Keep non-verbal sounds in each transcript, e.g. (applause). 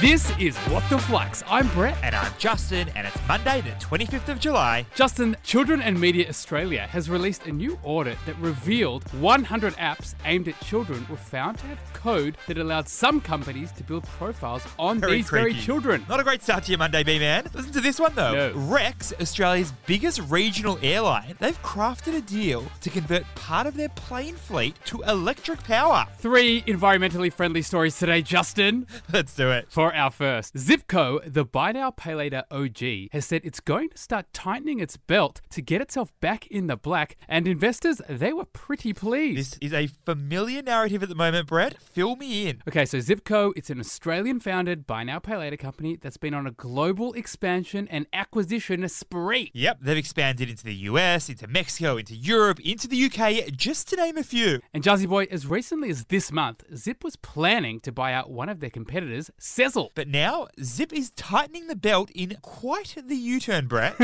This is What the Flux. I'm Brett. And I'm Justin, and it's Monday, the 25th of July. Justin, Children and Media Australia has released a new audit that revealed 100 apps aimed at children were found to have code that allowed some companies to build profiles on these very creaky. children. Not a great start to your Monday, B man. Listen to this one though. No. Rex, Australia's biggest regional airline, they've crafted a deal to convert part of their plane fleet to electric power. (laughs) Three environmentally friendly stories today, Justin. Let's do it. For our first, Zipco, the buy now pay later OG, has said it's going to start tightening its belt to get itself back in the black, and investors, they were pretty pleased. This is a familiar narrative at the moment, Brett. Fill me in. Okay, so Zipco, it's an Australian founded buy now pay later company that's been on a global expansion and acquisition spree. Yep, they've expanded into the US, into Mexico, into Europe, into the UK, just to name a few. And Jazzy Boy, as recently as this month, Zip was planning to buy out one of their competitors, Sezzle. But now, Zip is tightening the belt in quite the U turn, Brett.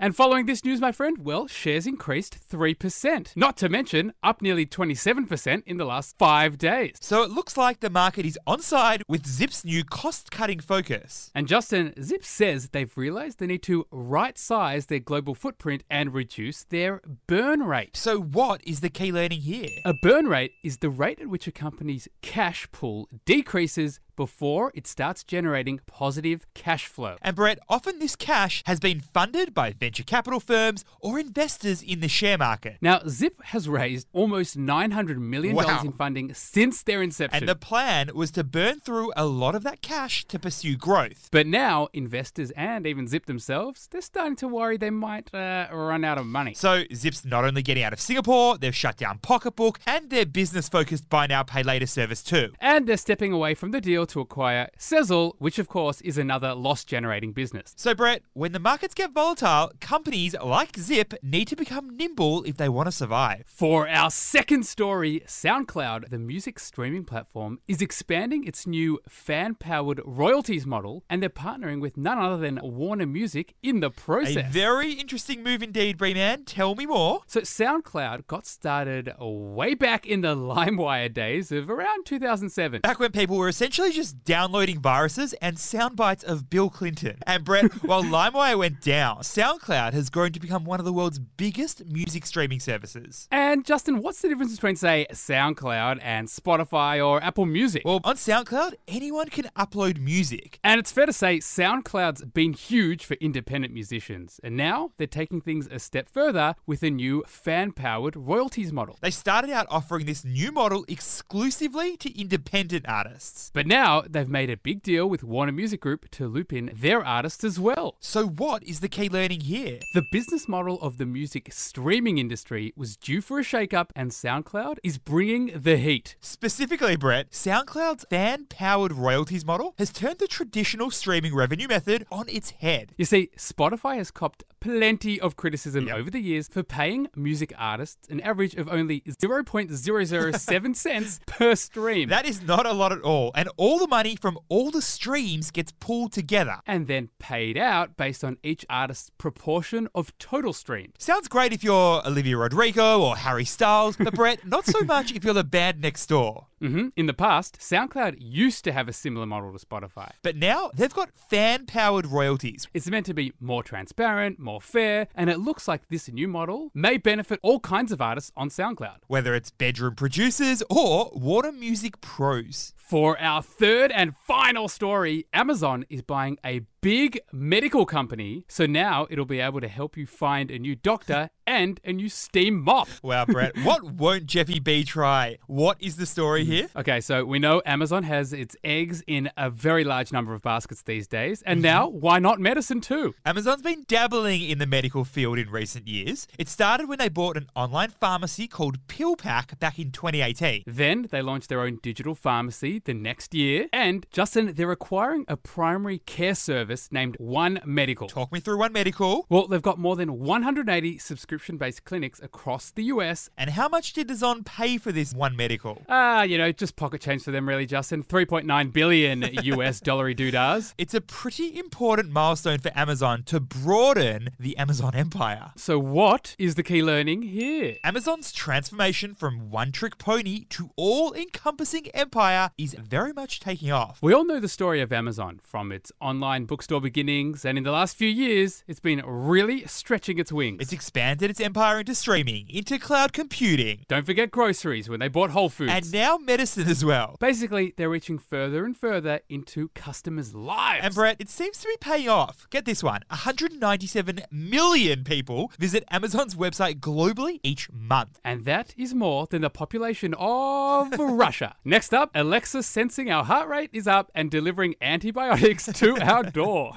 And following this news, my friend, well, shares increased 3%. Not to mention up nearly 27% in the last five days. So it looks like the market is on side with Zip's new cost cutting focus. And Justin, Zip says they've realized they need to right size their global footprint and reduce their burn rate. So, what is the key learning here? A burn rate is the rate at which a company's cash pool decreases before it starts generating positive cash flow. And Brett, often this cash has been funded by venture capital firms or investors in the share market. Now, Zip has raised almost $900 million Wow. in funding since their inception. And the (laughs) plan was to burn through a lot of that cash to pursue growth. but now, investors and even Zip themselves, they're starting to worry they might uh, run out of money. So, Zip's not only getting out of Singapore, they've shut down Pocketbook and their business focused buy now, pay later service too. And they're stepping away from the deal to acquire Sezzle, which of course is another loss generating business. So, Brett, when the markets get volatile, companies like Zip need to become nimble if they want to survive. For our second story, SoundCloud, the music streaming platform, is expanding its new fan powered royalties model and they're partnering with none other than Warner Music in the A process. very interesting move indeed, Bree Man. Tell me more. so, SoundCloud got started way back in the (laughs) LimeWire days of around 2007. Back when people were essentially just downloading viruses and sound bites of Bill Clinton. And Brett, while LimeWire went down, SoundCloud has grown to become one of the world's biggest music streaming services. And, Justin, what's the difference between, say, SoundCloud and Spotify or Apple Music? Well, on SoundCloud, anyone can upload music. And it's fair to say SoundCloud's been huge for independent musicians, and now they're taking things a step further with a new fan powered royalties model. They started out offering this new model exclusively to independent artists. But now they've made a big deal with Warner Music Group to loop in their artists as well. So, what is the key learning here? The business model of the music streaming industry was due for a shakeup, and SoundCloud is bringing the heat. Specifically, Brett, SoundCloud's fan powered royalties model has turned the traditional streaming revenue method on its head. You see, Spotify has copped plenty of criticism Yep. over the years for paying music artists an average of only 0.007 cents per stream. That is not a lot at all, and all the money from all the streams gets pulled together. and then paid out based on each artist's proportion of total streams. Sounds great if you're Olivia Rodrigo or Harry Styles, but Brett, not so much if you're the band next door. hmm In the past, SoundCloud used to have a similar model to Spotify. But now they've got fan powered royalties. It's meant to be more transparent, more fair, and it looks like this new model may benefit all kinds of artists on SoundCloud. Whether it's bedroom producers or water music pros. For our third and final story, Amazon is buying a big medical company, so now it'll be able to help you find a new doctor and a new steam mop. Wow, Brett, what won't Jeffy B try? What is the story here? Okay, so we know Amazon has its eggs in a very large number of baskets these days, and now why not medicine too? Amazon's been dabbling in the medical field in recent years. It started when they bought an online pharmacy called PillPack back in 2018. Then they launched their own digital pharmacy the next year, and Justin, they're acquiring a primary care service named One Medical. Talk me through One Medical. Well, they've got more than 180 subscription based clinics across the US. And how much did the Zon pay for this One Medical? Ah, you know, just pocket change for them, really, Justin. 3.9 billion US dollary doodahs. It's a pretty important milestone for Amazon to broaden the Amazon empire. So, what is the key learning here? Amazon's transformation transformation from one trick pony to all encompassing empire is very much taking off. We all know the story of Amazon from its online bookstore beginnings, and in the last few years, it's been really stretching its wings. It's expanded its empire into streaming, into cloud computing, Don't forget groceries when they bought Whole Foods. and now medicine as well. Basically, they're reaching further and further into customers' lives. And Brett, it seems to be paying off. Get this one 197 million people visit Amazon's website globally each month. And that is more than the population of (laughs) Russia. Next up, Alexa sensing our heart rate is up and delivering antibiotics (laughs) to our door.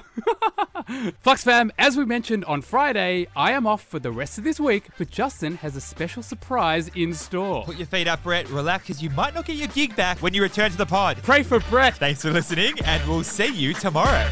(laughs) Flux fam, as we mentioned on Friday, I am off for the rest of this week, but Justin has a special surprise in store. Put your feet up, Brett, relax, because you might not get your gig back when you return to the pod. Pray for Brett. Thanks for listening, and we'll see you tomorrow.